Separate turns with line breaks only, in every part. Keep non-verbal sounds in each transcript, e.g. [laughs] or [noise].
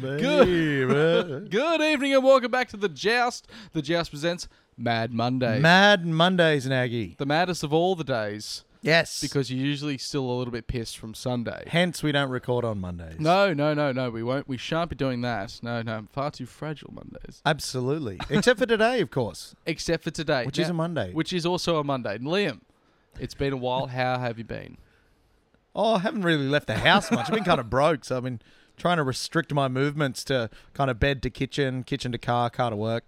Hey, man.
Good evening and welcome back to The Joust. The Joust presents Mad Monday.
[laughs] Mad Mondays, Nagy.
the maddest of all the days
Yes.
because you're usually still a little bit pissed from Sunday.
hence we don't record on Mondays.
No, no, no, no, we won't. We shan't be doing that. No, no, I'm far too fragile Mondays.
Absolutely. Except for today, of course,
Except for today.
which
Now-
is a Monday.
Which is also a Monday. And Liam, it's been a
[laughs]
while. How have you been?
oh, I haven't really left the house much. I've been kind of broke, so I've been trying to restrict my movements to kind of bed to kitchen, kitchen to car, car to work,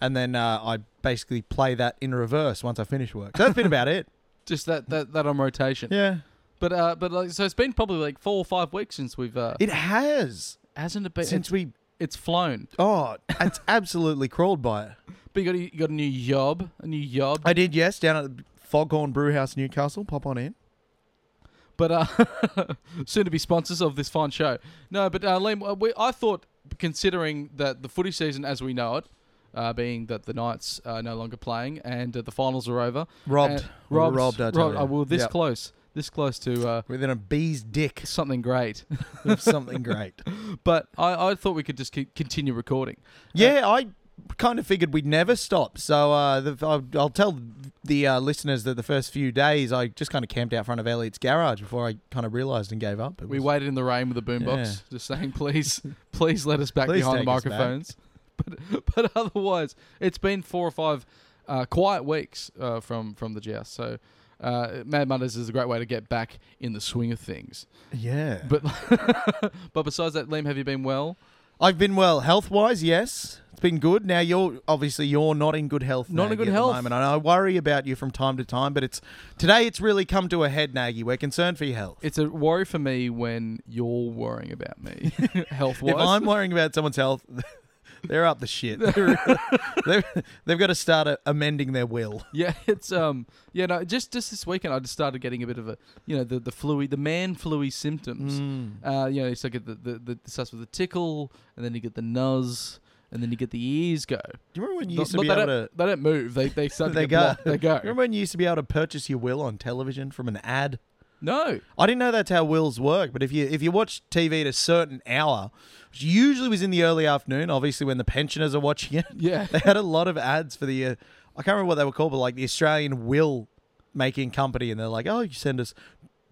and then uh, I basically play that in reverse once I finish work. So that's been about it.
Just that that, that on rotation.
[laughs] Yeah.
But uh but like so it's been probably like 4 or 5 weeks since we've uh
It has
hasn't it been
since we.
it's flown.
Oh, it's absolutely crawled by it.
But you got a, you got a new job, a new job.
I did, yes, down at Foghorn Brewhouse, Newcastle. Pop on in.
but uh, [laughs] soon to be sponsors of this fine show. No, but uh, Liam, uh, we, I thought considering that the footy season as we know it, uh, being that the Knights are no longer playing and uh, the finals are over,
Robbed.
uh,
We were
robbed,
robbed, I
robbed.
tell you.
oh, well, this
Yep.
close, this close to uh,
Within a
[laughs]
bee's dick
something great.
of something great.
[laughs] Uh, but I, I thought we could just c- continue recording.
Yeah, I kind of figured we'd never stop. So uh, the, I'll, I'll tell the uh, listeners that the first few days I just kind of camped out front of Elliot's garage before I kind of realised and gave up. It
We
was-
waited in the rain with a boombox,
Yeah.
[laughs] just saying, please,
[laughs]
please let us back
Please
behind the
take us back.
microphones. [laughs] But but otherwise, it's been four or five uh, quiet weeks uh, from from the joust. So. Uh, Mad Mondays is a great way to get back in the swing of things.
Yeah.
But but [laughs] besides that, Liam, have you been well?
I've been well health wise, yes. It's been good. Now you're obviously you're not in good health.
Not in
Nagy,
good
at
health.
The moment. And I worry about you from time to time, but it's today it's really come to a head, Nagy. We're concerned for your health.
It's a worry for me when you're worrying about me,
[laughs]
health
If I'm
wise.
worrying about someone's health, [laughs] they're up the [laughs] shit. They're, they're- they've got to start uh, amending their will.
[laughs] Yeah, it's um, yeah, no, just just this weekend I just started getting a bit of a, you know, the the fluey, the man fluey symptoms.
Mm.
Uh, you know, you start get the, the, the it starts with the tickle, and then you get the nuzz, and then you get the ears go.
Do you remember when you
Not-
used to
not-
be
they,
able to?
don't, they don't move. They they start. to
[laughs] They
get
go.
blocked. They go.
Remember when you used to be able to purchase your will on television from an ad?
No.
I didn't know that's how wills work, but if you if you watch TV at a certain hour, which usually was in the early afternoon, obviously when the pensioners are watching it,
Yeah.
they had a lot of ads for the uh, I can't remember what they were called, but like the Australian Will Making Company, and they're like, oh, you send us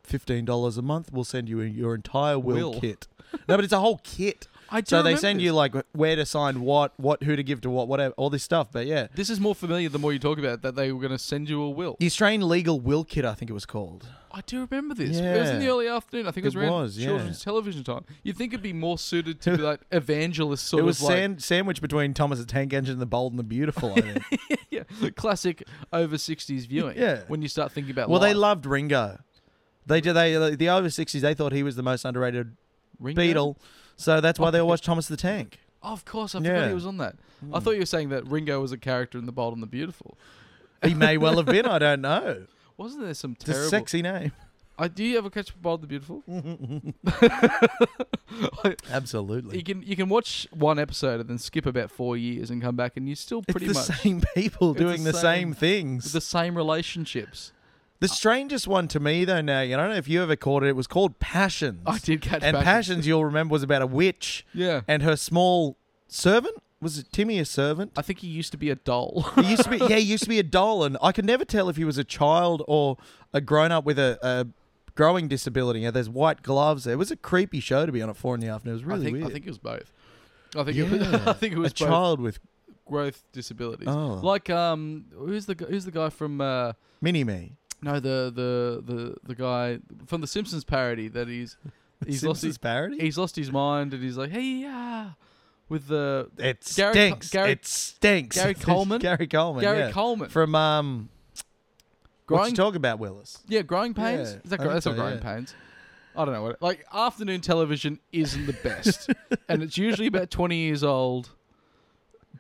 fifteen dollars a month, we'll send you your entire will,
Will.
kit. No, but it's a whole kit.
[laughs] I do
So they
remember
send
this.
you like where to sign what, what who to give to what, whatever, all this stuff. But yeah,
This is more familiar the more you talk about it, that they were going to send you a will.
the Australian Legal Will Kit, I think it was called.
I do remember this. It was in the
Yeah.
early afternoon. I think it was
It
around
was, yeah.
children's television time. You'd think it'd be more suited to be
[laughs]
like evangelist sort
it was
of like
sand- sandwiched between Thomas the Tank Engine and the Bold and the Beautiful. I think.
[laughs] yeah, classic over 60s viewing.
Yeah.
When you start thinking about
well, they
life.
loved Ringo. They did. They the over sixties. They thought he was the most underrated
Ringo?
Beatle, so
[laughs]
that's why they all watched Thomas the Tank.
Oh, of course, I forgot
Yeah. Hmm.
he was on that. I thought you were saying that Ringo was a character in The Bold and the Beautiful.
He may well have been. I don't [laughs] know.
Wasn't there some
It's a
terrible?
sexy name.
I do you ever catch Bold the Beautiful?
Mm.
You
Absolutely.
can you can watch one episode and then skip about four years and come back and you're still
It's
pretty
the
much
same people
It's the
doing the
same-
same, things.
the same relationships.
The strangest one to me, though, now, and I don't know if you ever caught it, it was called Passions.
I did catch
And Passions, you'll remember, was about a witch
Yeah,
and her small servant. Was it Timmy a servant?
I think he used to be a doll. [laughs]
He used to be, yeah, he used to be a doll, and I could never tell if he was a child or a grown up with a, a growing disability. Yeah, there's white gloves. It was a creepy show to be on at four in the afternoon. It was really
I think
weird.
I think it was both. I think it was, [laughs]
Yeah.
I think it was
a
both
child with
growth disabilities.
Oh.
Like um, who's the gu- who's the guy from uh,
mini me.
no the the the the guy from the Simpsons parody that he's he's lost
Simpsons
his
parody.
he's lost his mind and he's like hey yeah with the
it
Gary
stinks.
Co- Gary-
it stinks. [laughs]
Gary Coleman?
Gary Coleman.
Gary
yeah.
Coleman
From um, what
growing
you talk about, Willis?
yeah growing pains
Yeah,
is that gro-
I think
that's
so,
not growing
yeah.
pains. I don't know what like afternoon television isn't the
[laughs]
best and it's usually about twenty years old.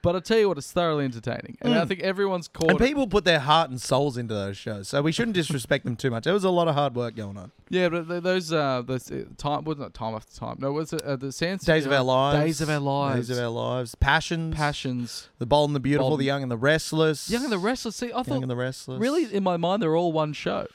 But I tell you what, it's thoroughly entertaining, and I
Mm.
think everyone's caught.
And
it.
people put their heart and souls into those shows, so we shouldn't disrespect them too much. There was a lot of hard work going on.
Yeah, but th- those uh, those uh, time was not time after time. No, was it uh, the Sands
Days of our lives,
Days of our lives,
days of our lives, passions,
passions.
the bold and the beautiful,
Bold-
the young and the restless,
Young and the Restless. See, I
young
thought
and the restless.
really in my mind they're all one show.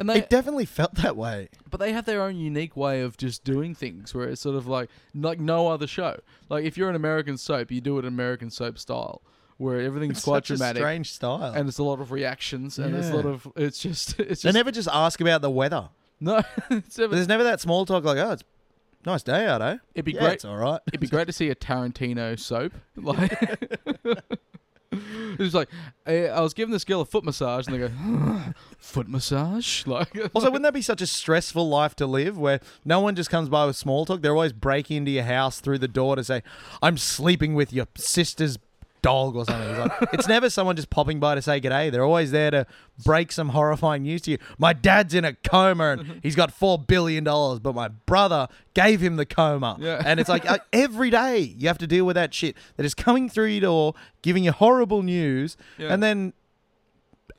And they
It definitely felt that way.
but they have their own unique way of just doing things where it's sort of like like no other show. Like if you're an American soap, you do it American soap style where everything's quite
Such
dramatic
a strange style.
and it's a lot of reactions and it's a lot
Yeah.
of it's just [laughs] it's
they
just
never just ask about the weather.
no [laughs] it's never,
There's never that small talk like, "Oh, it's a nice day out, eh?"
it'd be
yeah,
great
It's all right.
It'd be great to see a Tarantino soap. [laughs] Like it was like I, I was giving this girl a foot massage, and they go [laughs] foot massage. [laughs] Like
Also, wouldn't that be such a stressful life to live where no one just comes by with small talk? They're always breaking into your house through the door to say, I'm sleeping with your sister's dog or something. It's, like- it's never someone just popping by to say g'day. They're always there to break some horrifying news to you. My dad's in a coma and he's got $4 billion, but my brother gave him the coma.
Yeah.
And it's like uh, every day you have to deal with that shit. They're just coming through your door, giving you horrible news,
Yeah.
and then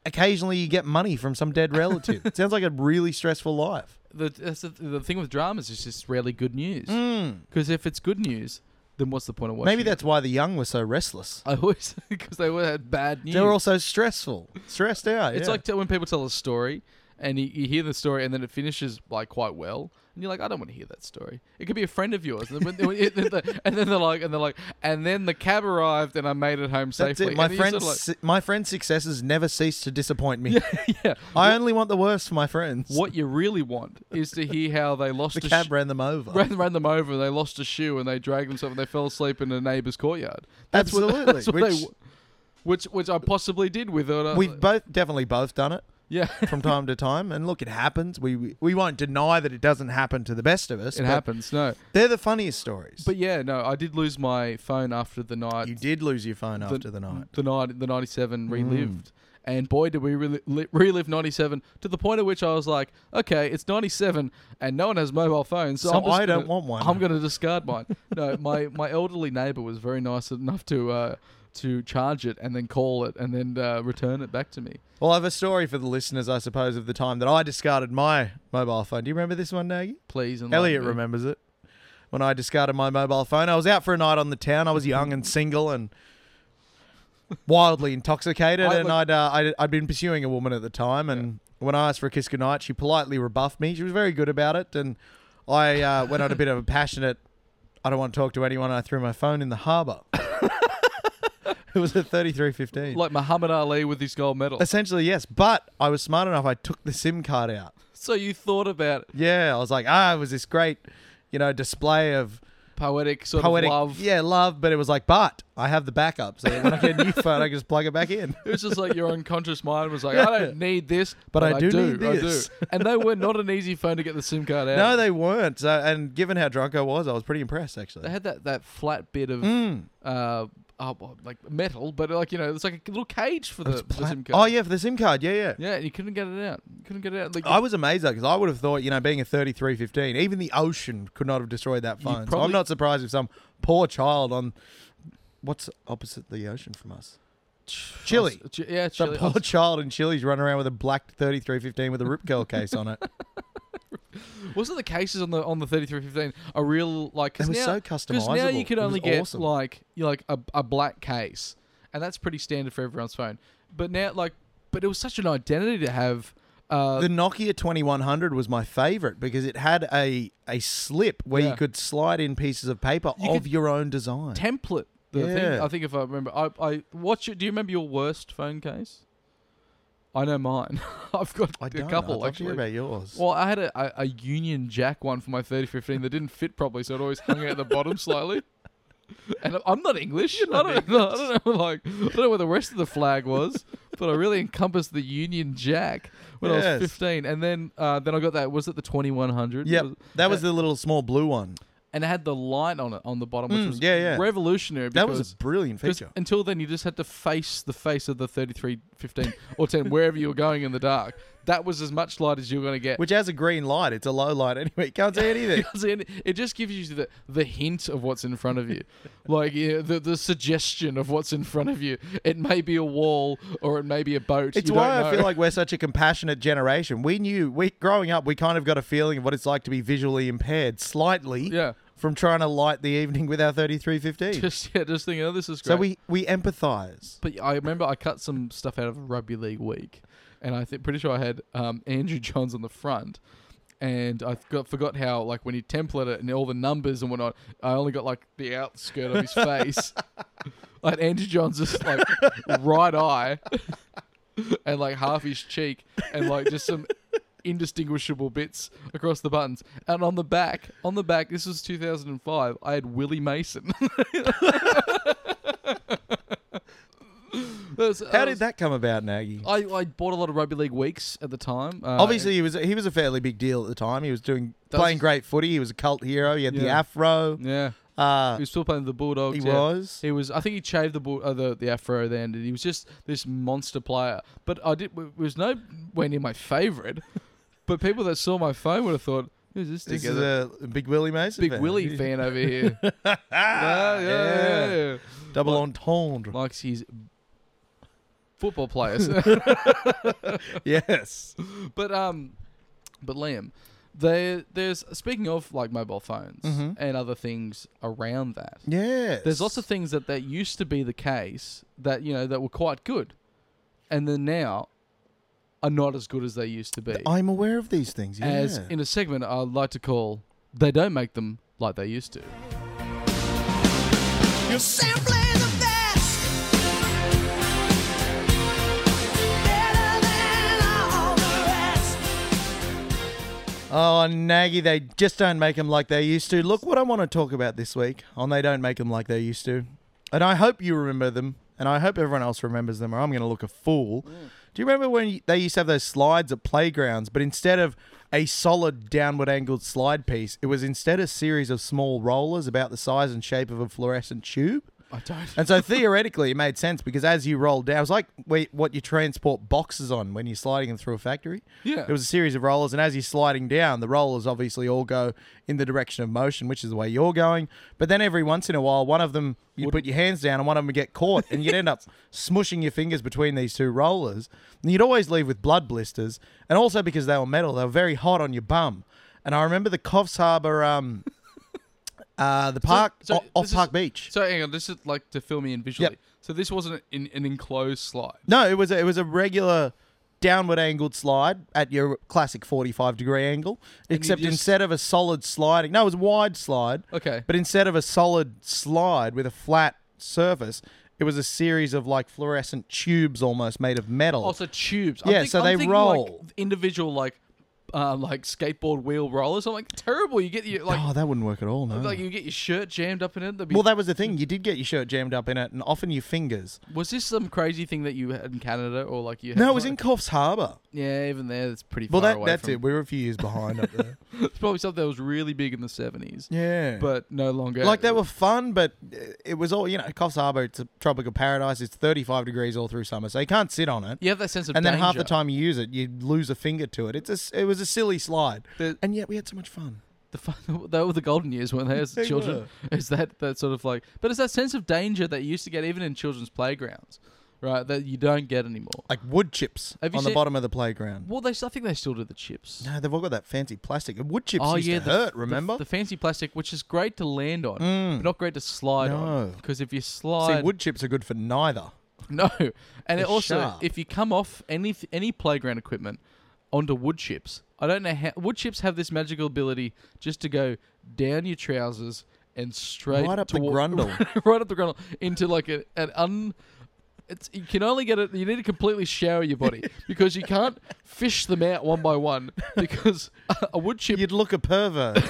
occasionally you get money from some
[laughs]
dead relative. it sounds like a really stressful life.
the, that's the, the thing with dramas is just rarely good news. Because if it's good news, then what's the point of watching?
Mm. Maybe
it?
that's why the young were so restless.
[laughs] I always because they all had bad news.
They were all so stressful, stressed out.
It's
yeah.
like t- when people tell a story and you, you hear the story and then it finishes like quite well and you're like, I don't want to hear that story. It could be a friend of yours. And, then when- [laughs] and then- and then they're like, and they're like, and then the cab arrived and I made it home
that's
safely.
it. My
And you're sort
friends, my friends' successes never cease to disappoint me.
of like, [laughs] yeah.
[laughs] I only want the worst for my friends.
What you really want is to hear how they lost
The
a
cab
sh-
ran them
[laughs]
over.
ran, ran them over. and They lost a shoe and they dragged themselves and they fell asleep in a neighbour's courtyard. That's
Absolutely.
What, that's what
which
they. w- Which, which I possibly did with it.
we've both definitely both done it
yeah, [laughs]
from time to time. And look, it happens. We we, we won't deny that it doesn't happen to the best of us.
it
but
happens. No,
They're the funniest stories.
But yeah, no, I did lose my phone after the night.
you did lose your phone
the,
after the night.
The night, the
Hmm.
'97 relived, and boy, did we reli- li- relive '97 to the point at which I was like, okay, it's '97, and no one has mobile phones, so,
So
I'm just
I don't
gonna-
want one.
I'm going to
[laughs]
discard mine. no, my my elderly neighbour was very nice enough to. Uh, to charge it and then call it and then uh, return it back to me.
Well, I have a story for the listeners, I suppose, of the time that I discarded my mobile phone. Do you remember this one, Nagy?
Please and
Elliot remembers it. When I discarded my mobile phone, I was out for a night on the town. I was
Mm-hmm.
young and single and wildly intoxicated,
I
and
would-
I'd, uh, I'd I'd been pursuing a woman at the time. And when I asked for a kiss goodnight, she politely rebuffed me. She was very good about it, and I uh, went on a bit of a passionate. I don't want to talk to anyone. And I threw my phone in the harbour. [laughs] it was at thirty-three fifteen.
Like Muhammad Ali with his gold medal.
Essentially, yes. But I was smart enough. I took the SIM card out.
So you thought about
Yeah, I was like, ah, it was this great, you know, display of
poetic sort
poetic,
of love.
yeah, love. But it was like, but I have the backup, so when I get a new phone, I can just plug it back in.
It was just like your unconscious mind was like, I don't need this,
But
but,
I
I,
do
do,
need
I do."
this. [laughs]
And they were not an easy phone to get the SIM card out.
No, they weren't. So, and given how drunk I was, I was pretty impressed actually.
they had that, that flat bit of
Mm.
uh, oh, well, like metal, but like you know, it's like a little cage for
It was
the, the
pla-
SIM
oh
card.
yeah, Oh, for the SIM card. Yeah, yeah.
yeah, and you couldn't get it out. You couldn't get it out. Like,
I was amazed though, because I would have thought, you know, being a thirty-three fifteen, even the ocean could not have destroyed that
You
phone. so I'm
probably-
not surprised if some poor child on what's opposite the ocean from us. Chile.
Oh, Ch- yeah,
Some
Chile.
poor child in Chile's running around with a black 3315 with a Rip Curl case on it.
Wasn't the cases on the on the thirty three fifteen a real like?
It
Cause
was
now,
so
Because
customizable.
now you could
It was
only get
awesome.
like you like a, a black case, and that's pretty standard for everyone's phone. But now, like, but it was such an identity to have. Uh,
the Nokia 2100 was my favorite because it had a a slip where you
Yeah.
could slide in pieces of paper
You
of
could-
your own design.
template. The thing
Yeah.
I think if I remember, I, I what's your, do you remember your worst phone case? I know mine. [laughs] I've got
I don't
a
I'd
couple
love to hear
actually.
about yours.
Well, I had a, a, a Union Jack one for my 3015 that didn't fit properly, so it always hung out the bottom
[laughs]
slightly. And I- I'm not English. I, don't, I don't know, like I don't know where the rest of the flag was, but I really encompassed the Union Jack when I
Yes.
was 15. And then uh, then I got that. Was it the 2100?
yep,
Was- uh,
that was the little small blue one.
And it had the light on it on the bottom, which
Mm,
was
yeah, yeah.
revolutionary.
That
Because
was a brilliant
'Cause
feature.
Until then, you just had to face the face of the 33, 15, or 10, wherever you were going in the dark. That was as much light as you were going to [laughs] get.
Which has a green light. It's a low light [laughs] anyway. You can't see
[laughs]
anything.
Because it it just gives you the, the hint of what's in front of you. like yeah, the, the suggestion of what's in front of you. It may be a wall or it may be a boat.
It's
you
why
don't
I
know.
feel like we're such a compassionate generation. We knew we growing up, we kind of got a feeling of what it's like to be visually impaired slightly
Yeah.
from trying to light the evening with our
[laughs] [laughs]
3315.
Just yeah, just thinking, oh, this is great.
So we, we empathize.
But I remember I cut some stuff out of rugby league week, and I think pretty sure I had um, Andrew [laughs] Johns on the front, and I got, forgot how like when he templated it and all the numbers and whatnot, I only got like the outskirt of his face, like Andrew Johns just like right eye, and like half his cheek, and like just some. Indistinguishable bits across the buttons, and on the back, on the back. This was 2005. I had Willie Mason. [laughs] That's- um,
How did that come about, Nagy?
I, I bought a lot of rugby league weeks at the time. Uh,
Obviously, he was he was a fairly big deal at the time. He was doing
Does-
playing great footy. He was a cult hero. He had the
Yeah.
afro.
yeah,
Uh,
he was still playing the Bulldogs.
he
yeah.
was.
He was. I think he shaved the bull, uh, the the afro then, and he was just this monster player. But I did. It was nowhere near my favourite. but people that saw my phone would have thought, "Who's this
This
together?"
is a Big Willie Mason.
Big
fan.
Willie fan over
[laughs]
here. yeah, yeah,
yeah.
yeah, yeah.
Double
Like-
entendre.
Likes his football
[laughs]
players. [laughs]
yes.
But um, but Liam, there there's speaking of like mobile phones
Mhm.
and other things around that.
Yes.
There's lots of things that that used to be the case that you know that were quite good, and then now are not as good as they used to be.
I'm aware of these things. Yeah.
As in a segment I like to call, they don't make them like they used to.
You're simply the best. Better than all the rest.
oh, Nagy, they just don't make them like they used to. Look what I want to talk about this week on They Don't Make Them Like They Used to. And I hope you remember them. And I hope everyone else remembers them, or I'm going to look a fool. Do you remember when you- they used to have those slides at playgrounds, but instead of a solid downward angled slide piece, it was instead a series of small rollers about the size and shape of a fluorescent tube?
I don't.
[laughs] And so theoretically, it made sense because as you rolled down, it was like we, what you transport boxes on when you're sliding them through a factory.
Yeah.
It was a series of rollers, and as you're sliding down, the rollers obviously all go in the direction of motion, which is the way you're going. But then every once in a while, one of them, you'd put your hands down and one of them would get caught, and
[laughs]
you'd end up smushing your fingers between these two rollers. And you'd always leave with blood blisters. And also because they were metal, they were very hot on your bum. And I remember the Coffs
[laughs]
Harbour. Um, Uh, the park
so
o- off
this is-
Park Beach.
So hang on, this is like to fill me in visually. So this wasn't an, an enclosed slide.
No, it was a, it was a regular downward angled slide at your classic 45 degree angle, except
just-
instead of a solid sliding, no, it was a wide slide.
Okay.
But instead of a solid slide with a flat surface, it was a series of like fluorescent tubes almost made of metal.
Oh, so tubes.
Yeah, so they
thinking,
roll.
like individual like uh, like skateboard wheel rollers. I'm like terrible. You get your like
oh, that wouldn't work at all, no.
like you get your shirt jammed up in it. That'd Be,
well, that was the thing. You did get your shirt jammed up in it, and often your fingers.
was this some crazy thing that you had in Canada or like you? Had
No, it was in
like-
Coffs Harbour.
Yeah, even there, that's pretty
Well,
far
that,
away.
that's
from,
it. We were a few years behind
[laughs]
up there.
It's probably something that was really big in the seventies,
Yeah.
but no longer.
Like they were fun, but uh, it was all you know. Coffs Harbour, it's a tropical paradise. It's 35 degrees all through summer, so you can't sit on it.
You have that sense of
and then half
danger.
the time you use it, you lose a finger to it. It's a, s- it was a silly slide,
The-
and yet we had so much fun.
The fun, [laughs] they were the golden years, weren't they, as
They
children? Is that that sort of like, but it's that sense of danger that you used to get even in children's playgrounds, right? That you don't get anymore.
Like wood chips
Have you
on the
seen-
bottom of the playground.
Well, they, I think they still do the chips.
No, they've all got that fancy plastic. And Wood chips used to
Oh, the-
hurt.
the-
Remember? Mm.
the, fancy plastic, which is great to land on, but not great to slide on.
No.
Because if you
See,
slide,
wood chips are good for neither.
[laughs] no, and it also
sharp.
if you come off any any playground equipment onto wood chips, I don't know how wood chips have this magical ability just to go down your trousers and straight
Right up the
toward-
grundle.
[laughs] right up the grundle into like a, an un. It's, you can only get it. You need to completely shower your
[laughs]
body because you can't fish them out one by one because [laughs] a wood chip
You'd look a
[laughs]
pervert.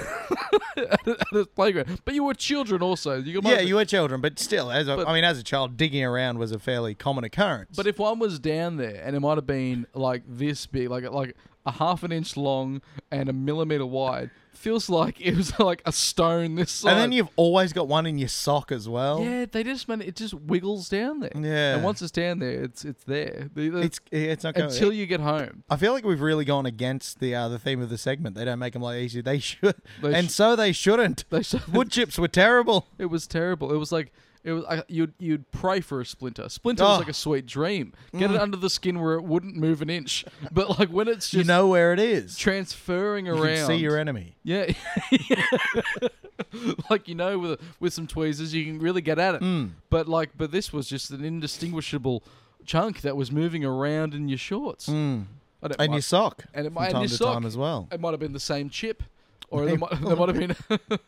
at the playground. But you were children also. You
yeah, you were children, but still, as a I
But-
I mean, as a child, digging around was a fairly common occurrence.
But if one was down there and it might have been like this big, like like a half an inch long and a millimeter wide, feels like it was like a stone this size.
and then you've always got one in your sock as well.
yeah, they just man, it just wiggles down there.
Yeah.
and once it's down there, it's it's there. The- the-
It's it's not going.
until you get home.
I feel like we've really gone against the uh, the theme of the segment. They don't make them like easy. They should,
They
and
sh-
so they shouldn't.
They said-
[laughs]
[laughs]
Wood chips were terrible.
It was terrible. It was like it was I, you'd you'd pray for a splinter. Splinter was
Oh. Mm.
like a sweet dream. Get it under the skin where it wouldn't move an inch. But like when it's [laughs]
you
just
know where it is.
transferring
You
around,
can see your enemy.
Yeah. [laughs] like you know, with with some tweezers, you can really get at it.
Hmm.
But like, but this was just an indistinguishable chunk that was moving around in your shorts. I don't-
Hmm. And
I-
your sock.
and it
from
might- and
time
your
to
sock.
time as well.
it might have been the same chip, or there might, there might have been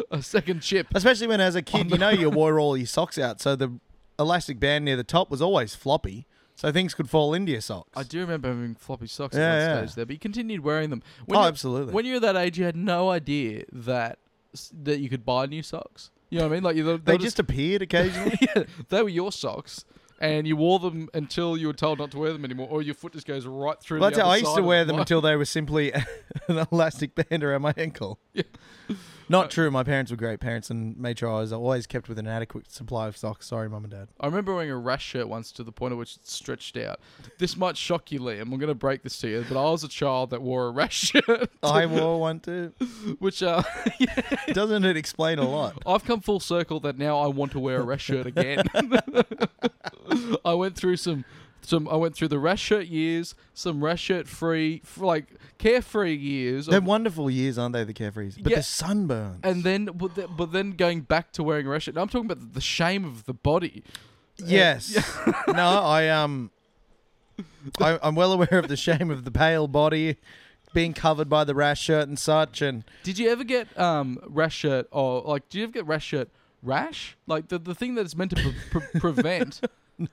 [laughs] a second chip.
Especially when, as a kid, you know
[laughs]
you wore all your socks out, so the elastic band near the top was always floppy, so things could fall into your socks.
I do remember having floppy socks at
Yeah,
one
yeah.
stage there, but you continued wearing them. When
Oh,
you-
absolutely.
When you were that age, you had no idea that s- that you could buy new socks. You know what I mean? Like you,
They just appeared occasionally.
[laughs] yeah, they were your socks, and you wore them until you were told not to wear them anymore, or your foot just goes right through.
Well,
the
that's how
other
I used
side
to
of
wear
the
them
line.
until they were simply [laughs] an elastic band around my ankle.
[laughs] Yeah.
Not true. My parents were great parents and made sure I was always kept with an adequate supply of socks. Sorry, mum and
[laughs]
dad.
I remember wearing a rash shirt once to the point at which it stretched out. This might shock you, Liam. I'm going to break this to you, but I was a child that wore a rash [laughs] shirt,
I wore one too. [laughs]
which uh, [laughs]
Doesn't it explain a lot?
I've come full circle that now I want to wear a rash shirt again. [laughs] I went through some, some. I went through the rash shirt years, some rash shirt free, f- like carefree years.
They're
of-
wonderful years, aren't they? The carefrees, but
Yeah.
the sunburns.
and then, but then, but then going back to wearing a rash shirt. Now I'm talking about the shame of the body.
yes, [laughs] no, I um, I, I'm well aware of the shame of the pale body being covered by the rash shirt and such, and
Did you ever get um rash shirt or like? Did you ever get rash shirt rash? Like the the thing that it's meant to pre-
[laughs]
pre- prevent. no.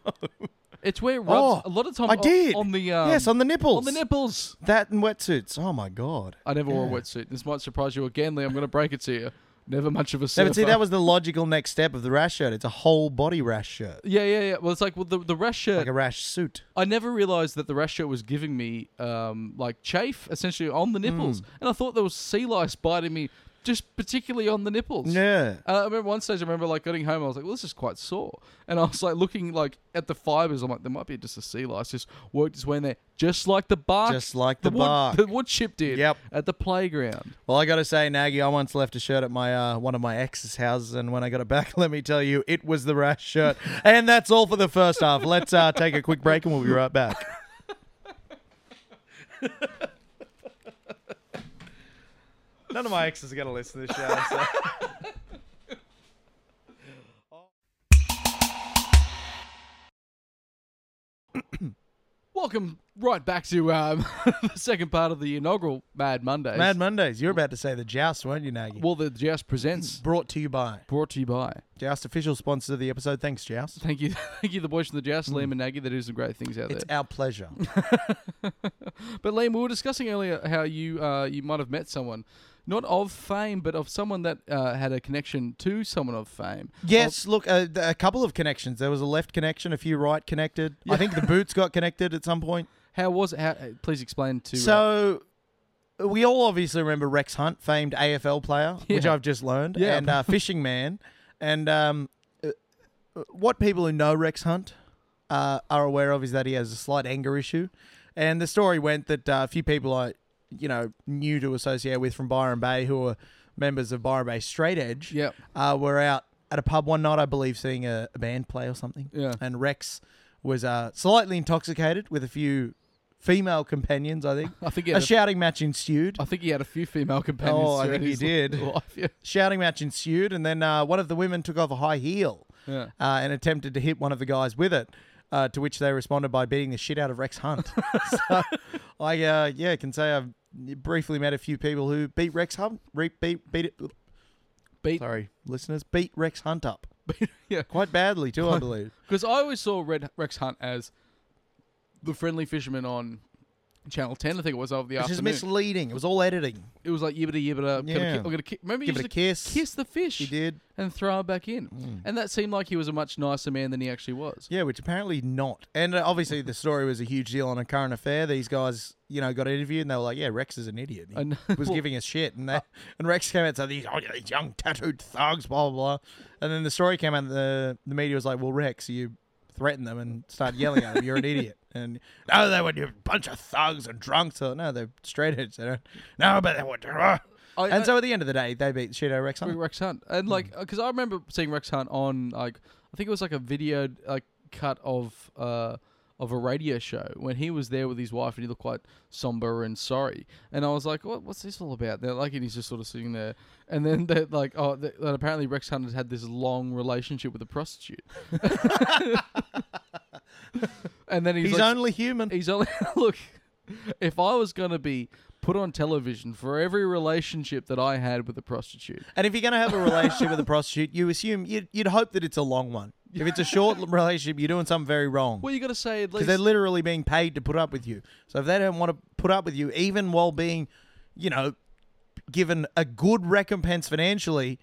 It's where it rubs a
Oh,
lot of time.
I
on-
did.
on the um,
yes, on the nipples,
on the nipples.
that and wetsuits. Oh my god.
I never wore a wetsuit. This might surprise you again, Lee. I'm going to break it to you. Never much of a surfer.
No, but see, that was the logical next step of the rash shirt. It's a whole body rash shirt,
yeah, yeah, yeah. Well, it's like well, the the rash shirt.
like a rash suit.
I never realized that the rash shirt was giving me um like chafe essentially on the
Hmm.
nipples, and I thought there was sea lice biting me just particularly on the nipples.
Yeah.
Uh, I remember one stage. I remember like getting home. I was like, "Well, this is quite sore," and I was like looking like at the fibers. I'm like, "There might be just a sea lice just worked its way in there, just like the bark,
Just like the
wood,
bark.
the wood chip did."
Yep.
At the playground.
Well, I got to say, Nagy, I once left a shirt at my uh, one of my ex's houses, and when I got it back, [laughs] let me tell you, it was the rash shirt. and that's all for the first half. Let's uh, take a quick break, and we'll be right back. [laughs] None of my exes are going to listen to this show. So.
Welcome right back to um, [laughs] the second part of the inaugural Mad Mondays.
[laughs] Mad Mondays, you're about to say the joust, weren't you, Nagy?
well, the Joust presents
Brought to you by
brought to you by.
Joust, official sponsor of the episode. Thanks, Joust.
Thank you, [laughs] thank you, the boys from the Joust, Liam and Nagy. They do some great things out
Hmm. It's
there.
our pleasure.
But Liam, we were discussing earlier how you uh, you might have met someone, not of fame, but of someone that uh, had a connection to someone of fame.
Yes, look, a, a couple of connections. There was a left connection, a few right connected. I think the boots got connected at some point.
How was it? How, uh, please explain to. uh,
So we all obviously remember Rex Hunt, famed AFL player, which
Yeah.
I've just learned,
Yeah. [laughs]
and uh, Fishing Man. And um, uh, uh, what people who know Rex Hunt uh, are aware of is that he has a slight anger issue. And the story went that uh, a few people I, you know, knew to associate with from Byron Bay who were members of Byron Bay Straight Edge
Yep.
uh, were out at a pub one night, I believe, seeing a, a band play or something.
Yeah.
And Rex was uh, slightly intoxicated with a few female companions, I think.
[laughs] I think he had
a
a-
shouting match ensued.
I think he had a few female companions.
Oh, I
throughout
think he
his [laughs]
did.
Life. Yeah.
Shouting match ensued, and then uh, one of the women took off a high heel
Yeah. [laughs]
uh, and attempted to hit one of the guys with it. Uh, to which they responded by beating the shit out of Rex Hunt.
[laughs]
so I uh, yeah can say I've briefly met a few people who beat Rex Hunt, re- beat beat it.
Beat.
Sorry, listeners, beat Rex Hunt up
yeah.
quite badly too, I believe.
Because I always saw Red Rex Hunt as the friendly fisherman on Channel Ten. I think it was over the
Which is
afternoon.
misleading. It was all editing.
it was like yibbity yibbita. Yeah.
Yeah.
I'm gonna ki- remember
Give
you
it a
used
kiss.
to kiss the fish
He did.
and throw it back in, and that seemed like he was a much nicer man than he actually was.
Yeah, which apparently not. And uh, obviously the story was a huge deal on a current affair. These guys, you know, got interviewed and they were like, "Yeah, Rex is an idiot." He
I know.
was
Well-
giving us shit, and they,
[laughs]
and Rex came out and said, "These oh, yeah, these young tattooed thugs, blah blah blah." And then the story came out. And the the media was like, "Well, Rex, you threatened them and started yelling at
[laughs]
them. You're an idiot." And no, they were a bunch of thugs and drunks. So, no, they're straight edge. They don't. No, but they were.
I-
and
I-
so at the end of the day, they beat the shit out of Rex. Hunt.
Rex Hunt, and like because I remember seeing Rex Hunt on like I think it was like a video like cut of uh of a radio show when he was there with his wife and he looked quite somber and sorry. And I was like, what, what's this all about? They're like, and he's just sort of sitting there. And then they're like, oh, that that apparently Rex Hunters had this long relationship with a prostitute. [laughs] and then he's,
He's
like,
only human.
He's only [laughs] look. If I was gonna be put on television for every relationship that I had with a prostitute,
And if you're going to have a relationship with a prostitute, you assume you'd, you'd hope that it's a long one. If it's a short relationship, you're doing something very wrong
well, you gotta say at
because
least
they're literally being paid to put up with you. So if they don't want to put up with you, even while being, you know, given a good recompense financially,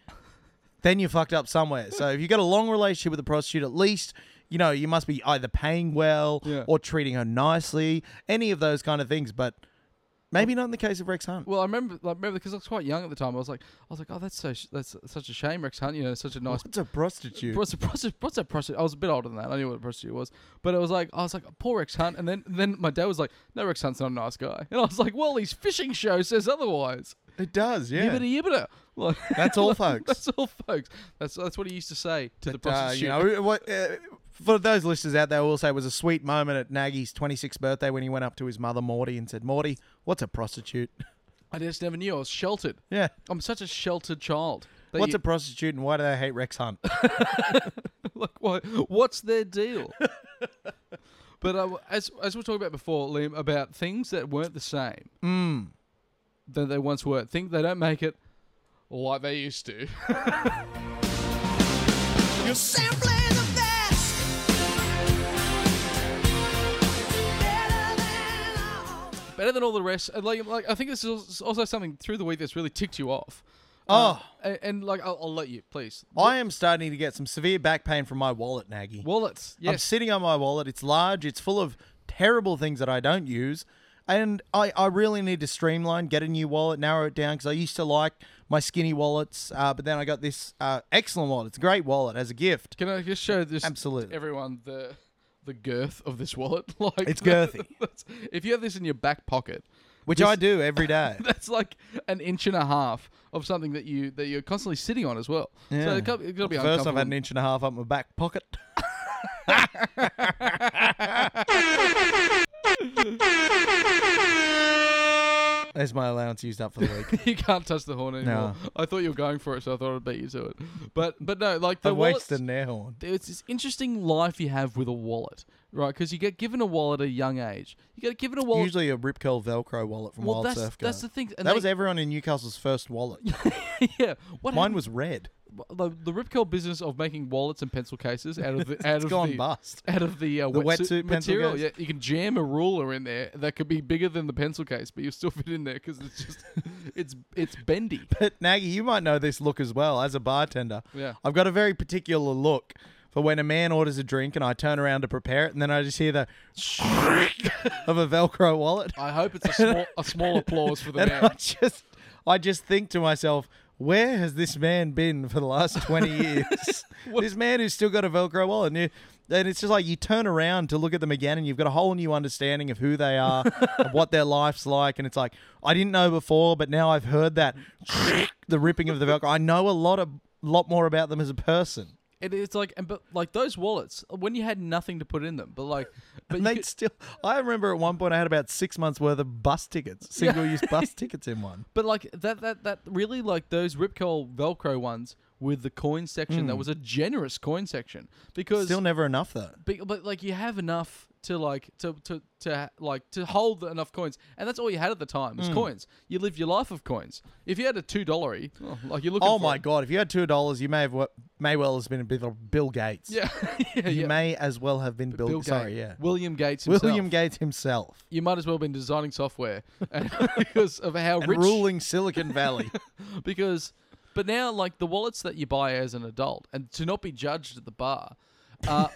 then you fucked up somewhere. So if you got a long relationship with a prostitute, at least you know you must be either paying well
Yeah.
or treating her nicely, any of those kind of things. But maybe not in the case of Rex Hunt.
Well, I remember, like, remember because I was quite young at the time. I was like, I was like, oh, that's so, sh- that's such a shame, Rex Hunt. You know, such a
[laughs]
nice. [laughs]
What's a prostitute?
What's a prostitute? What's a prostitute? I was a bit older than that. I knew what a prostitute was, but it was like I was like poor Rex Hunt, and then then my dad was like, "No, Rex Hunt's not a nice guy," and I was like, "Well, his fishing show says otherwise."
it does, yeah.
Yibbity yibbita. [laughs] Like,
That's
[laughs]
all, folks.
That's all, folks. That's that's what he used to say to the
But, uh,
prostitute.
you know, what, uh, for those listeners out there, I will say it was a sweet moment at Nagy's 26th birthday when he went up to his mother, Morty, and said, Morty, what's a prostitute? [laughs]
I just never knew. I was sheltered.
Yeah.
I'm such a sheltered child. that
What's
you-
a prostitute and why do they hate Rex
[laughs]
Hunt?
like [laughs] why, what's their deal? [laughs] but uh, as as we were talking about before, Liam, about things that weren't the same
Mm.
than they once were. Think they don't make it like they used to. [laughs]
You're simply the best. Better than I always
Better than all the rest. And like, like I think this is also something through the week that's really ticked you off.
Oh.
Uh, and, and, like I'll, I'll let you please.
I am starting to get some severe back pain from my wallet, Nagy.
Wallets. Yes.
I'm sitting on my wallet. It's large, it's full of terrible things that I don't use. And I, I really need to streamline, get a new wallet, narrow it down because I used to like my skinny wallets. Uh, but then I got this uh, excellent wallet. It's a great wallet as a gift.
Can I just show this
Absolutely.
everyone the the girth of this wallet? [laughs] Like
It's girthy.
that's- if you have this in your back pocket,
Which
This-
I do every day.
[laughs] that's like an inch and a half of something that you that you're constantly sitting on as well. So it got, it got to be
First, I've had
[laughs] uncomfortable.
an inch and a half up my back pocket. [laughs] There's my allowance used up for the
[laughs]
week.
you can't touch the horn anymore. I thought you were going for it, so I thought I'd beat you to it. But but no, like the
I
wallet.
wasted an air horn.
It's this interesting life you have with a wallet, right? Because you get given a wallet at a young age. You get given a wallet.
Usually a Rip Curl Velcro wallet from
well,
Wild
that's,
Surf Guy.
that's the thing. And
that
they-
was everyone in Newcastle's first wallet.
[laughs] yeah. What
Mine
happened-
was red.
the, the Rip Curl business of making wallets and pencil cases out of
[laughs]
the out of
gone
the
bust. [laughs]
out of the, uh,
The
wetsuit,
wetsuit pencil
material.
case.
Yeah, you can jam a ruler in there that could be bigger than the pencil case, but you still fit in there because it's
[laughs]
just it's it's bendy.
But Nagy, you might know this look as well as a bartender.
Yeah.
I've got a very particular look for when a man orders a drink and I turn around to prepare it, and then I just hear the [laughs] of a Velcro wallet.
I hope it's a small a
[laughs]
small applause for the
and I
man.
just I just think to myself, where has this man been for the last
[laughs]
twenty years? this man who's still got a Velcro wallet. And, you, and it's just like you turn around to look at them again, and you've got a whole new understanding of who they
[laughs]
are, of what their life's like. And it's like I didn't know before, but now I've heard that [laughs] the ripping of the Velcro. I know a lot of lot more about them as a person.
It, it's like and but like those wallets when you had nothing to put in them, but
[laughs]
like but
And
you
they
could-
still. I remember at one point I had about six months worth of bus tickets, single use
[laughs]
bus tickets in one.
but like that that that really like those Rip Curl Velcro ones with the coin section that was a generous coin section because
Hmm. Still never enough though.
but, but like you have enough to like to to to ha- like to hold enough coins, and that's all you had at the time
Hmm.
was coins. You lived your life of coins. If you had a two dollary, like you're looking.
Oh
for
my
it.
god! If you had two dollars, you may have wa- may well has been a bit of Bill Gates.
[laughs] Yeah, [laughs] yeah,
you
yeah.
may as well have been Bill.
Bill
sorry,
Gates.
yeah.
William Gates. Himself.
William Gates himself
You might as well have been designing software [laughs] and because of how
and
rich. [laughs]
ruling Silicon Valley.
Because, but now like the wallets that you buy as an adult, and to not be judged at the bar, uh,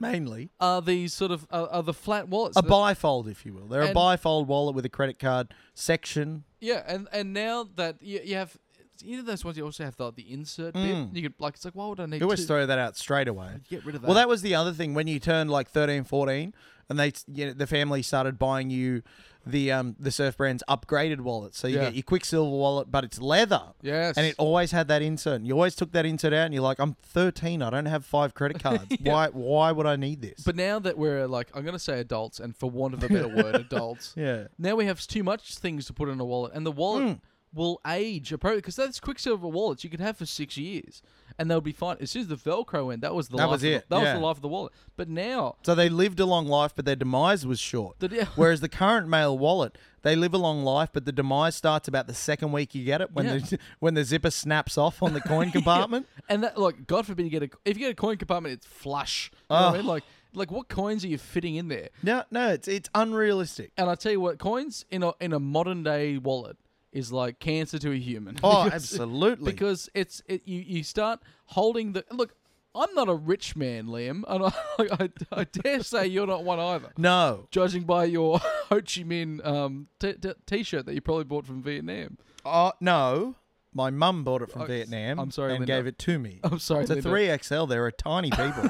mainly
are these sort of uh, are the flat wallets.
a
that-
bifold, if you will. They're
And-
a bifold wallet with a credit card section.
Yeah, and and now that you, you have it's you know those ones you also have the, the insert
Mm.
bit. You could like it's like why would I need
They always
two?
throw that out straight away.
Get rid of that.
Well, that was the other thing when you turned like 13, 14, and they you know, the family started buying you the um the surf brand's upgraded wallet. So you
Yeah.
get your Quicksilver wallet, but it's leather.
yes,
And it always had that insert. You always took that insert out, and you're like, "I'm 13. I don't have five
[laughs]
credit cards. Why? Why would I need this?"
But now that we're like, I'm gonna say adults, and for want of a better
[laughs]
word, adults.
yeah, Mm.
Now we have too much things to put in a wallet, and the wallet will age appropriately because that's Quicksilver wallets you could have for six years, and they'll be fine. As soon as the Velcro went, that was the
That
life
was
of the-
it,
that
yeah.
was the life of the wallet. But now,
so they lived a long life, but their demise was short.
The [laughs] de-
Whereas the current male wallet, they live a long life, but the demise starts about the second week you get it when
Yeah.
the [laughs] when the zipper snaps off on the
[laughs]
coin compartment.
and that like, God forbid you get a if you get a coin compartment, it's flush. You know what I
Oh.
mean? Like, like what coins are you fitting in there?
No, no, it's it's
[laughs]
unrealistic.
And I tell you what, coins in a in a modern day wallet is like cancer to a human. [laughs]
Oh,
Because-
absolutely.
Because it's it, you you start holding the look. I'm not a rich man, Liam, and [laughs] I, I, I dare say you're not one either.
no.
Judging by your [laughs] Ho Chi Minh um, t- t- t-shirt that you probably bought from Vietnam.
Oh, no. My mum bought it from
Oh,
Vietnam.
I'm sorry,
and
Linda.
gave it to me.
I'm sorry,
It's a
Linda.
three XL. There are
[laughs]
tiny people.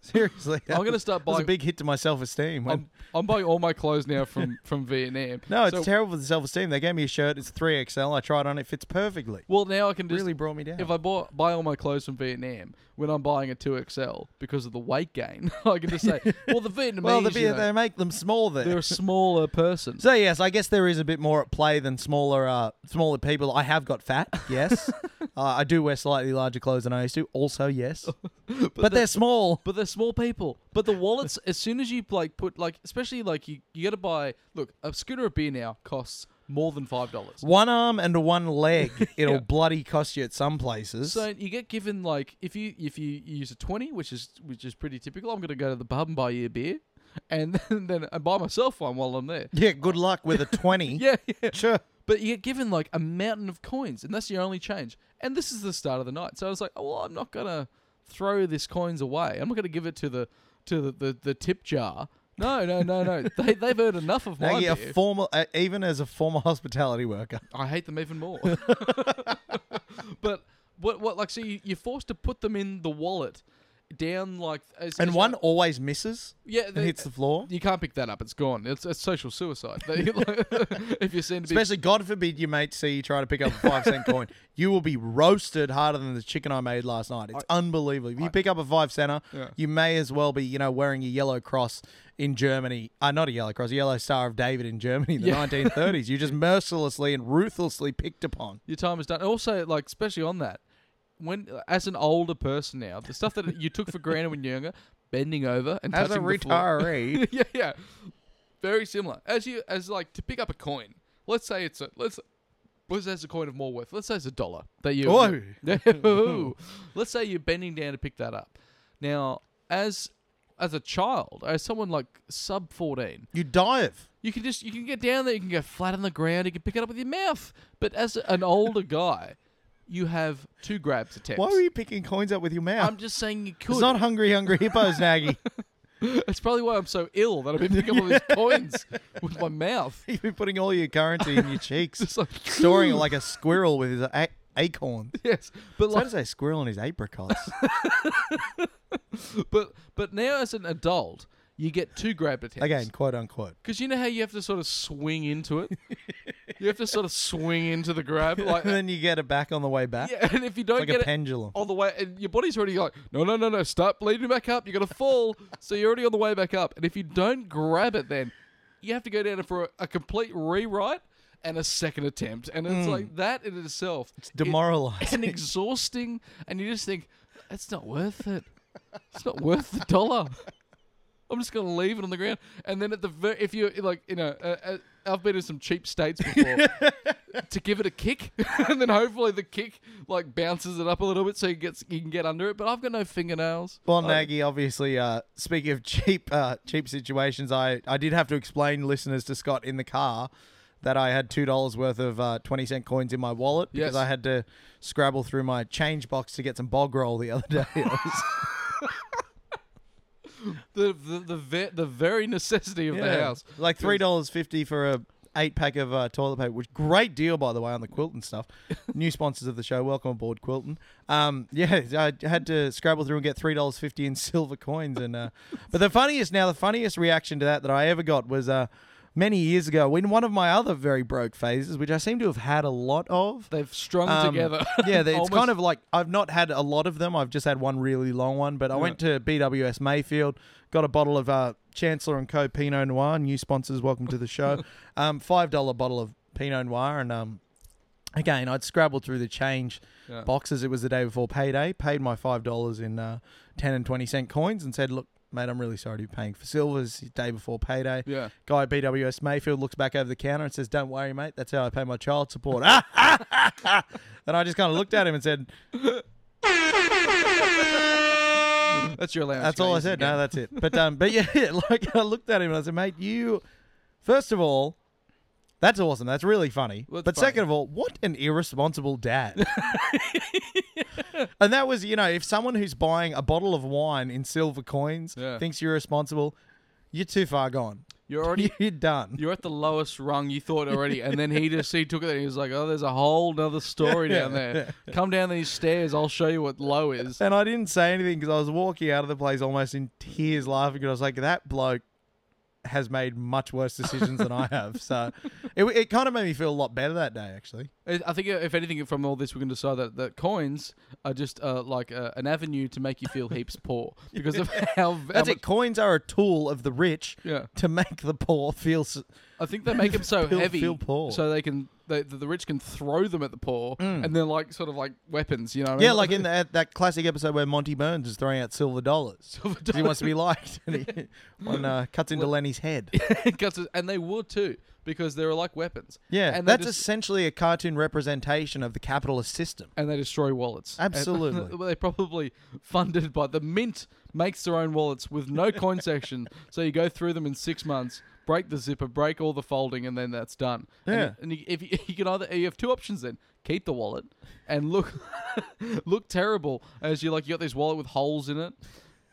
Seriously, that
gonna
was-
start
that was a
buying-
big hit to my self esteem.
I'm, I'm buying all my clothes now
[laughs]
from from Vietnam.
Oh. No, it's
So-
terrible for the self esteem. They gave me a shirt. It's three XL. I tried on. It fits perfectly.
Well, now I can just
really brought me down.
If I bought, buy all my clothes from Vietnam, when I'm buying a 2XL because of the weight gain, [laughs] I can
[laughs]
just say, well, the Vietnamese,
well, the,
you eh? know,
they make them small there.
they're a smaller person.
So yes, I guess there is a bit more at play than smaller, uh, smaller people. I have got fat,
[laughs]
yes. uh, I do wear slightly larger clothes than I used to,
[laughs]
also yes. but they're small.
but they're small people. But the wallets, as soon as you like put like, especially like you, you got to buy. Look, a scooter of beer now costs more than five dollars.
One arm and
[laughs]
one leg. It'll bloody cost you at some places.
So you get given like if you if you use a twenty, which is which is pretty typical. I'm gonna go to the pub and buy you a beer, and [laughs] then, then I buy myself one while I'm there.
yeah, good luck with a twenty.
[laughs] Yeah, yeah.
sure.
But you get given like a mountain of coins, and that's your only change. And this is the start of the night, so I was like, oh, well, I'm not gonna throw this coins away. I'm not gonna give it to the to the the, the tip jar. No, no, no,
[laughs]
no. they they've heard enough of
Now,
my
yeah,
beer.
formal, uh, even as a former hospitality worker.
I hate them even
[laughs]
more. but what what like so you, you're forced to put them in the wallet down like as,
And
as-
one always misses
yeah
and hits the floor.
you can't pick that up. It's gone. It's, it's social
[laughs]
suicide. [laughs] They- like, if you're seen to be
Especially, God forbid, your mate see you try to pick up a five cent coin. You will be roasted harder than the chicken I made last night. It's unbelievable. If you pick up a five center,
Yeah.
you may as well be, you know, wearing a yellow cross in Germany. Uh, not a yellow cross, a yellow star of David in Germany in the
Yeah. [laughs]
1930s. You just mercilessly and ruthlessly picked upon.
your time is done. Also, like especially on that, when as an older person now, the stuff that you took for granted when you're younger, bending over and
As a
touching the floor.
retiree,
[laughs] yeah, yeah, very similar. As you as like to pick up a coin. Let's say it's a let's. Let's say it's a coin of more worth. Let's say it's a dollar that you.
Whoa.
Ooh. [laughs] let's say you're bending down to pick that up. Now, as as a child, as someone like sub fourteen,
[laughs] you dive.
you can just you can get down there, you can go flat on the ground, you can pick it up with your mouth. But as an older guy, you have two grabs attempts.
Why were you picking coins up with your mouth?
[laughs] I'm just saying you could.
it's
It's,
not hungry, hungry
[laughs]
hippos, Nagy.
probably why I'm so ill that I've been picking up
[laughs]
all these coins with my mouth. [laughs]
You've been putting all your currency in your cheeks,
Just like
storing it
[laughs]
like a squirrel with his a- acorn.
yes, but
So
like,
does say squirrel and
[laughs]
his apricots.
but but now as an adult, you get two grab attempts
Again, quote unquote.
Because you know how you have to sort of swing into it. you have to sort of swing into the grab, [laughs] like
[laughs] And then you get it back on the way
[laughs]
back.
yeah. And if you don't
like
get
a
it,
pendulum.
on the way, and your body's already like, no, no, no, no, stop leading back up. You're gonna fall. so you're already on the way back up, and if you don't grab it, then you have to go down for a, a complete rewrite and a second attempt, and it's like that in itself. It's [laughs]
Demoralized.
and exhausting, and you just think it's not worth it. It's not worth the dollar. I'm just gonna leave it on the ground, and then at the ver- if you're like you know. Uh, uh, I've been in some cheap states before
[laughs]
to give it a kick, [laughs] and then hopefully the kick like bounces it up a little bit so you gets you can get under it. But I've got no fingernails.
Well,
I-
Nagy, obviously, uh, speaking of cheap uh, cheap situations, I, I did have to explain listeners to Scott in the car that I had $2 worth of uh, 20 cent coins in my wallet because
Yes.
I had to scrabble through my change box to get some bog roll the other day. [laughs] It was-
the the the, ve- the very necessity of the
Yeah.
house.
Like $3.50 for a eight pack of uh, toilet paper, which great deal by the way on the Quilton
[laughs]
stuff. New sponsors of the show, welcome aboard Quilton. Um, yeah, I had to scrabble through and get three dollars fifty in silver coins,
[laughs]
and uh, but the funniest now, the funniest reaction to that that I ever got was uh, many years ago in one of my other very broke phases, which I seem to have had a lot of.
They've strung
Um,
together. [laughs]
yeah, they- it's
Almost-
kind of like I've not had a lot of them. I've just had one really long one. But I went to BWS Mayfield, got a bottle of uh, Chancellor and Co. Pinot Noir. New sponsors, welcome to the show.
[laughs]
um, Five dollar bottle of Pinot Noir, and um, again, I'd scrabbled through the change
Yeah.
boxes. It was the day before payday. Paid my five dollars in uh, ten and twenty cent coins, and said, "Look, mate, I'm really sorry to be paying for silvers the day before payday."
Yeah.
Guy at BWS Mayfield looks back over the counter and says, "Don't worry, mate. That's how I pay my child support." [laughs] and I just kind of looked at him and said,
That's your allowance.
"That's all I
guys.
said.
Yeah.
No,
[laughs]
that's it." But um, but yeah, [laughs] like I looked at him and I said, "Mate, you first of all." That's awesome. That's really funny.
Well, it's
but
funny.
second of all, what an irresponsible dad. and that was, you know, if someone who's buying a bottle of wine in silver coins
Yeah.
thinks you're responsible, you're too far gone.
You're
[laughs]
already
you're done.
You're at the lowest rung you thought already, and then he just he took it and he was like, "Oh, there's a whole nother story down there. Come down these stairs, I'll show you what low is."
And I didn't say anything because I was walking out of the place almost in tears laughing because I was like, that bloke has made much worse decisions
[laughs]
than I have. So it, it kind of made me feel a lot better that day, actually.
I I think uh, if anything from all this, we can decide that, that coins are just uh, like uh, an avenue to make you feel heaps poor because
[laughs]
of how.
That's
how
it. Um, Coins are a tool of the rich
Yeah.
to make the poor feel. S-
I think they make them so
Feel-
heavy,
feel poor. Mm.
so they can they, the, the rich can throw them at the poor, and they're like sort of like weapons, you know? What I
yeah,
mean?
like
[laughs]
in that, that classic episode where Monty Burns is throwing out silver dollars.
Silver
'Cause He wants to be liked. [laughs] And he, one uh, cuts into
[laughs]
Lenny's head.
Cuts it- and they would too because they're like weapons.
Yeah,
and
that's
they just,
essentially a cartoon representation of the
[laughs]
capitalist system.
and they destroy wallets. And- [laughs]
Absolutely.
well, they're probably funded by the mint makes their own wallets with no
[laughs]
coin section. So you go through them in six months, break the zipper, break all the folding, and then that's done. And-
Yeah.
And, you, [laughs] if you, you can either you have two options then keep the wallet and look [laughs] look terrible as you like you got this wallet with holes in it.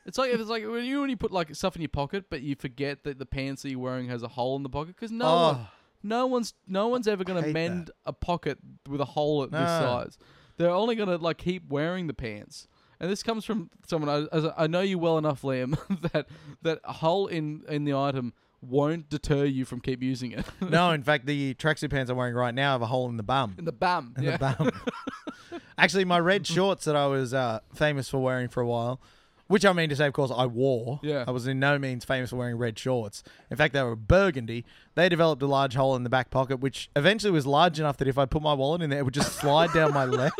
It's like it's like when you when you put like stuff in your pocket, but you forget that the pants that you're wearing has a hole in the pocket because no
Oh.
one, no one's no one's ever going to
hate
mend a pocket with a hole at this
No.
size. They're only going to like keep wearing the pants. And this comes from someone I, as I I know you well enough, Liam, [laughs] that that a hole in in the item won't deter you from keep using it.
No, in fact, the tracksuit pants I'm wearing right now have a hole in the bum.
in [laughs] the bam, yeah.
the bum. [laughs] Actually, my red shorts that I was uh, famous for wearing for a while, which I mean to say, of course, I wore.
Yeah.
I was in no means famous for wearing red shorts. In fact, they were burgundy. They developed a large hole in the back pocket, which eventually was large enough that if I put my wallet in there, it would just slide down my [laughs] leg.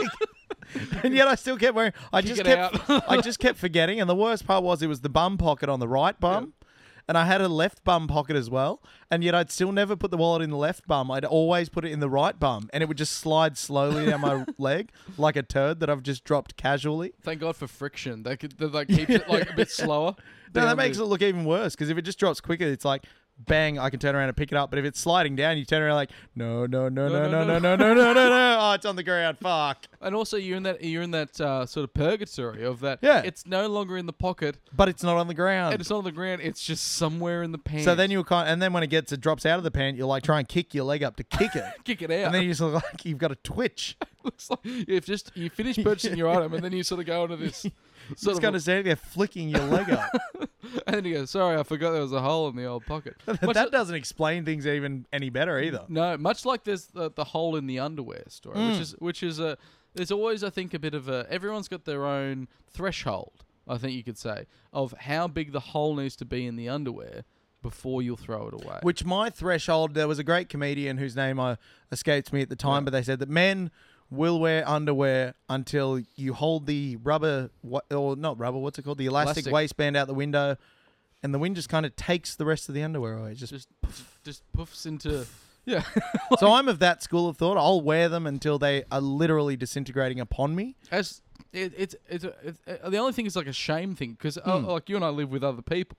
And yet I still kept wearing. I just
it
kept. I just kept forgetting. And the worst part was it was the bum pocket on the right bum. And I had a left bum pocket as well, and yet I'd still never put the wallet in the left bum. I'd always put it in the right bum, and it would just slide slowly down [laughs] my leg like a turd that I've just dropped casually.
Thank God for friction. They could that like keeps it like
[laughs]
a bit slower.
No,
down
that makes
the-
it look even worse because if it just drops quicker, it's like bang, I can turn around and pick it up. But if it's sliding down, you turn around like no, no, no, no, no, no, no, no, no, no, [laughs] no. Oh, it's on the ground. Fuck.
And also, you're in that you're in that uh, sort of purgatory of that.
Yeah.
it's no longer in the pocket.
But it's not on the
And
ground.
it's not on the ground. It's just somewhere in the pants.
So then you kind, and then when it gets, it drops out of the pant. You like try and kick your leg up to
[laughs]
kick it,
kick it out.
and then you just look like you've got a twitch.
looks like you've just you [laughs] finish purchasing your item and then you sort of go into [laughs] this [laughs] sort
Just
of,
kind of standing there flicking your leg up.
[laughs] and then you go sorry i forgot there was a hole in the old [laughs] pocket much,
that doesn't explain things even any better either.
no much like there's the, the hole in the underwear story which is which is a there's always i think a bit of a everyone's got their own threshold i think you could say of how big the hole needs to be in the underwear before you'll throw it away
Which my threshold, there was a great comedian whose name I escapes me at the time, but they said that men will wear underwear until you hold the rubber wa- or not rubber, what's it called, the elastic,
Elastic.
waistband out the window, and the wind just kind of takes the rest of the underwear away. It's just
just just poofs into yeah
so I'm of that school of thought. I'll wear them until they are literally disintegrating upon me.
As it, it's it's, it's uh, the only thing is like a shame thing because
Hmm.
like you and I live with other people,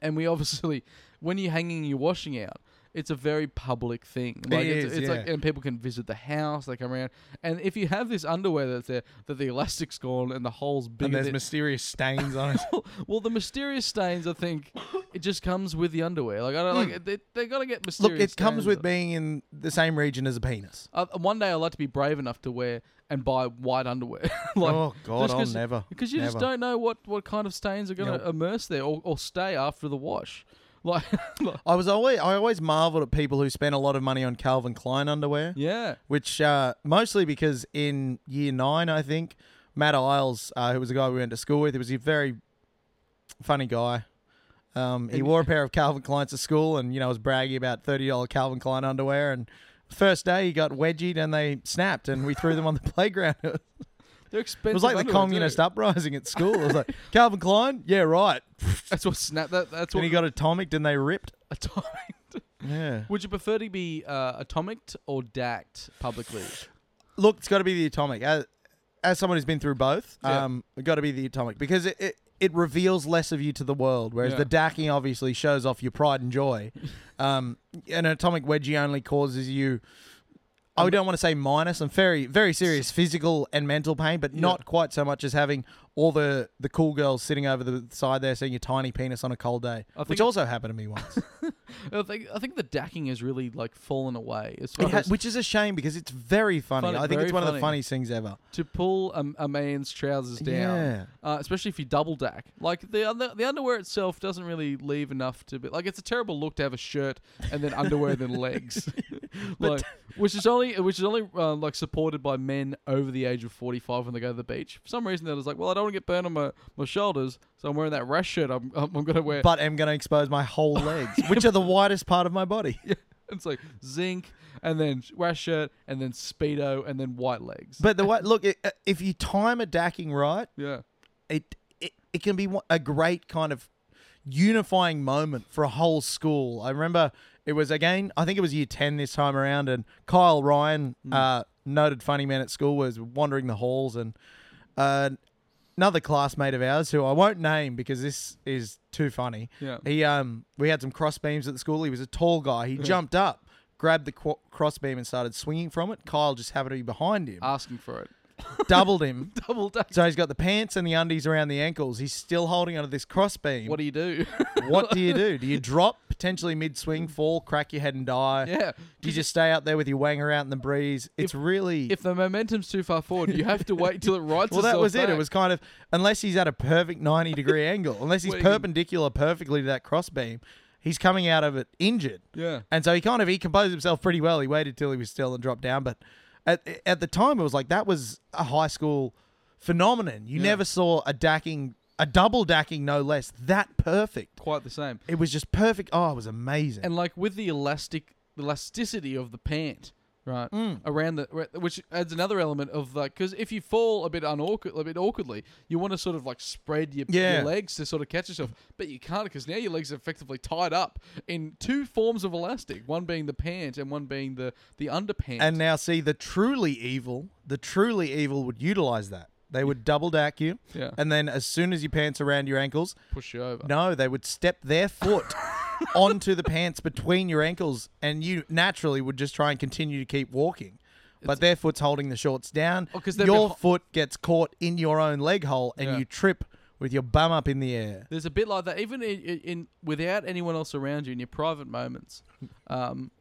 and we obviously when you're hanging your washing out, it's a very public thing. Like it's,
is,
it's like
yeah.
and people can visit the house, they come around. And if you have this underwear that's there that the elastic's gone and the hole's bigger
and there's
than-
mysterious stains [laughs] on it.
well, the mysterious stains, I think, it just comes with the underwear. Like I don't like they they gotta get mysterious.
Hmm. Look, it comes
stains.
with being in the same region as a penis.
Uh, one day I'd like to be brave enough to wear and buy white underwear. [laughs] like,
Oh, God,
just
I'll
'cause-
never,
Because you just
never.
don't know what, what kind of stains are going to
Nope.
immerse there or, or stay after the wash. [laughs] Like, like-
I was always I always marveled at people who spend a lot of money on Calvin Klein underwear.
yeah.
Which uh, mostly because in year nine, I think Matt Isles, uh, who was a guy we went to school with, he was a very funny guy. Um, he wore a pair of Calvin Kleins to school, and you know was bragging about thirty dollar Calvin Klein underwear. And first day he got wedgied, and they snapped, and we threw them on the [laughs] playground. it
They're expensive.
was like the
underwear,
communist
too.
uprising at school. It was like Calvin Klein, yeah, right.
That's what snap. That, that's
Then
what
he got atomic, and they ripped.
[laughs] atomic.
Yeah.
Would you prefer to be uh, atomic or dacked publicly?
look, it's got to be the atomic. As, as someone who's been through both,
Yeah.
um, it's got to be the atomic because it, it it reveals less of you to the world, whereas
Yeah.
the dacking obviously shows off your pride
[laughs]
and joy. um, an atomic wedgie only causes you. I don't want to say minus and very very serious physical and mental pain, but not quite so much as having all the the cool girls sitting over the side there seeing your tiny penis on a cold day,
I think
which
it-
also happened to
[laughs]
me once.
I think I think the dacking has really like fallen away. As far
It ha-
as
which is a shame because it's very funny.
Funny,
I think
very
it's one of
funny.
the funniest things ever.
to pull a, a man's trousers down,
Yeah.
uh, especially if you double dack. Like the other, the underwear itself doesn't really leave enough to be like it's a terrible look to have a shirt and then underwear
[laughs]
then legs, [laughs] like which is only which is only uh, like supported by men over the age of forty five when they go to the beach. For some reason, they're just like, well, I don't want to get burned on my, my shoulders, so I'm wearing that rash shirt. I'm [laughs] I'm, I'm gonna wear.
[laughs] but am going to expose my whole legs, which are the widest part of my body.
it's like zinc and then rash shirt and then speedo and then white legs.
[laughs] But the way, look, i if you time a dacking right,
yeah.
it, it it can be one- a great kind of unifying moment for a whole school. I remember it was again, I think it was year ten this time around, and Kyle Ryan, uh, noted funny man at school, was wandering the halls, and uh, another classmate of ours who I won't name because this is too funny.
Yeah.
He um we had some cross beams at the school. He was a tall guy. He jumped up, grabbed the qu- cross beam and started swinging from it. Kyle just happened to be behind him,
Asking for it.
doubled him.
Double dack.
So he's got the pants and the undies around the ankles. He's still holding onto this cross beam.
What do you do? [laughs]
What do you do? Do you drop potentially mid swing, fall, crack your head and die?
yeah.
Do you just stay out there with your wanger out in the breeze? It's really
if the momentum's too far forward, you have to wait till it rights
[laughs] Well, that
itself
was it. It
back.
was kind of unless he's at a perfect ninety
[laughs]
degree angle, unless he's
Well, you can-
perpendicular perfectly to that crossbeam, he's coming out of it injured. [laughs]
Yeah.
and so he kind of he composed himself pretty well. He waited till he was still and dropped down, but at at the time it was like that was a high school phenomenon. You never saw a dacking, a double dacking, no less, that perfect.
quite the same.
It was just perfect. Oh, it was amazing.
And like with the elastic, the elasticity of the pant, right
Hmm.
around the, ra- which adds another element of like, because if you fall a bit unawkward, a bit awkwardly, you want to sort of like spread your,
Yeah.
your legs to sort of catch yourself, but you can't because now your legs are effectively tied up in two forms of elastic, one being the pant and one being the the underpants.
And now, see, the truly evil, the truly evil would utilize that. They would double dack you.
Yeah.
And then, as soon as your pants are around your ankles,
push you over.
no, they would step
[laughs]
their foot onto the pants between your ankles, and you naturally would just try and continue to keep walking. But their foot's holding the shorts down.
Oh, 'cause they're
your
behi-
foot gets caught in your own leg hole, and
Yeah.
you trip with your bum up in the air.
There's a bit like that, even in, in, in without anyone else around you in your private moments. Um,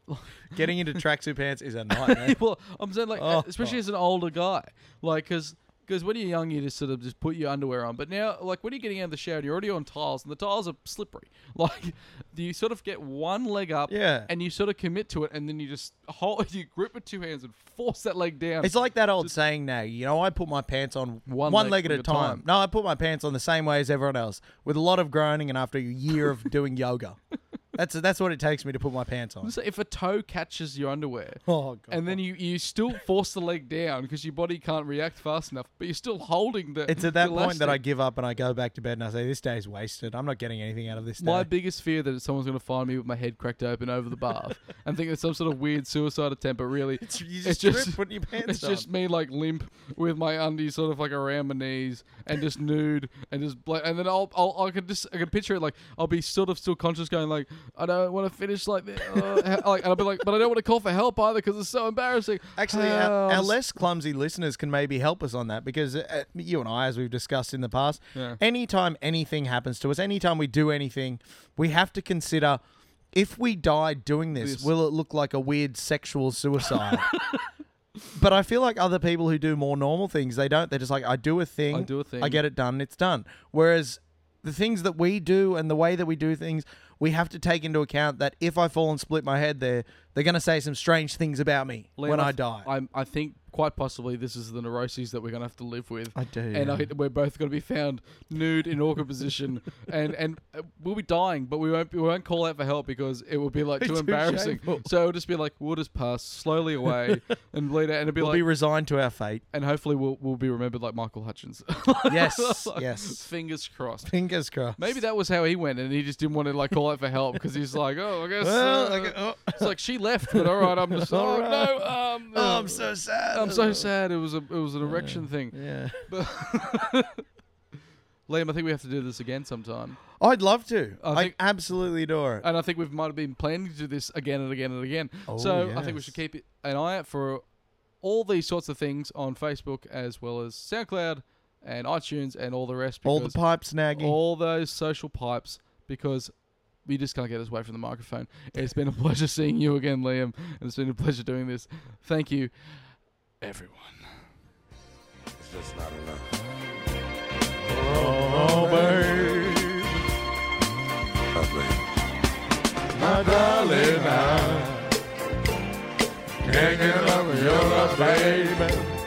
Getting into tracksuit pants is
[laughs]
a nightmare.
well, I'm saying like,
Oh.
especially as an older guy, like because. Because when you're young, you just sort of just put your underwear on. But now, like when you're getting out of the shower, you're already on tiles, and the tiles are slippery. [laughs] Like you sort of get one leg up,
Yeah.
and you sort of commit to it, and then you just [laughs] hold, you grip with two hands and force that leg down.
[laughs] It's like that old saying now, you know, I put my pants on
One
one,
leg
leg, at a time. No, I put my pants on the same way as everyone else with a lot of groaning and after a
[laughs]
year of doing yoga. That's that's what it takes me to put my pants
[laughs]
on.
So if a toe catches your
[laughs]
underwear,
Oh, God.
and then you, you still force the leg down because your body can't react fast enough, but you're still holding the.
It's at that
the
point that I
elastic.
give up and I go back to bed and I say, this day's wasted. I'm not getting anything out of this day.
My [laughs] biggest fear that someone's going to find me with my head cracked open over the bath and think it's some sort of weird suicide attempt, but really, it's,
you
[laughs] it's
just,
just-
trip putting your pants on.
just me like limp with my undies sort of like around my knees and just nude and just bla- and then I'll, I'll I could just I could picture it like I'll be sort of still conscious, going like I don't want to finish like [laughs] this. Uh, like, and I'll be like, but I don't want to call for help either because it's so embarrassing.
Actually,
Uh,
our,
I'll
our
s-
less clumsy listeners can maybe help us on that because uh, you and I, as we've discussed in the past,
Yeah.
anytime anything happens to us, anytime we do anything, we have to consider if we die doing this,
This.
will it look like a weird sexual suicide? [laughs] but I feel like other people who do more normal things, they don't. They're just like, I do a thing,
I do a thing.
I get it done, it's done. Whereas the things that we do and the way that we do things, we have to take into account that if I fall and split my head there, they're going to say some strange things about me
Liam,
when I
th-
die.
I'm, I think quite possibly this is the neuroses that we're going to have to live with.
I do,
And
yeah.
I, we're both going to be found nude in awkward
[laughs]
position. and and uh, we'll be dying, but we won't, we won't call out for help because it will be like too,
Too
embarrassing.
shameful.
So it'll just be like, we'll just pass slowly
[laughs]
away and bleed out. And it'll be
we'll
like,
be resigned to
[laughs]
our fate.
and hopefully we'll, we'll be remembered like Michael
[laughs]
Hutchins. [laughs]
Yes, yes.
Fingers crossed.
Fingers crossed.
Maybe that was how he went, and he just didn't want to like call out for help because he's like, "Oh, I guess."
Well,
uh,
I gu- oh.
It's like she left, but all right,
[laughs]
I'm just.
All
oh
right.
no, um,
Oh,
uh,
I'm so sad.
I'm so sad. It was a it was an erection thing.
Uh, Yeah.
[laughs] But Liam, I think we have to do this again sometime.
I'd love to.
I
I,
think-
absolutely adore it.
And I think we might have been planning to do this again and again and again.
Oh,
so I think we
yes.
should keep an eye out for all these sorts of things on Facebook as well as SoundCloud and iTunes and all the rest.
All the
because
pipe snagging.
all those social pipes because we just can't get us away from the microphone. It's been a [laughs] pleasure seeing you again, Liam, and it's been a pleasure doing this. Thank you, everyone.
It's just not enough.
oh, babe,
Lovely.
my darling, I can't get enough of your love, baby. Oh,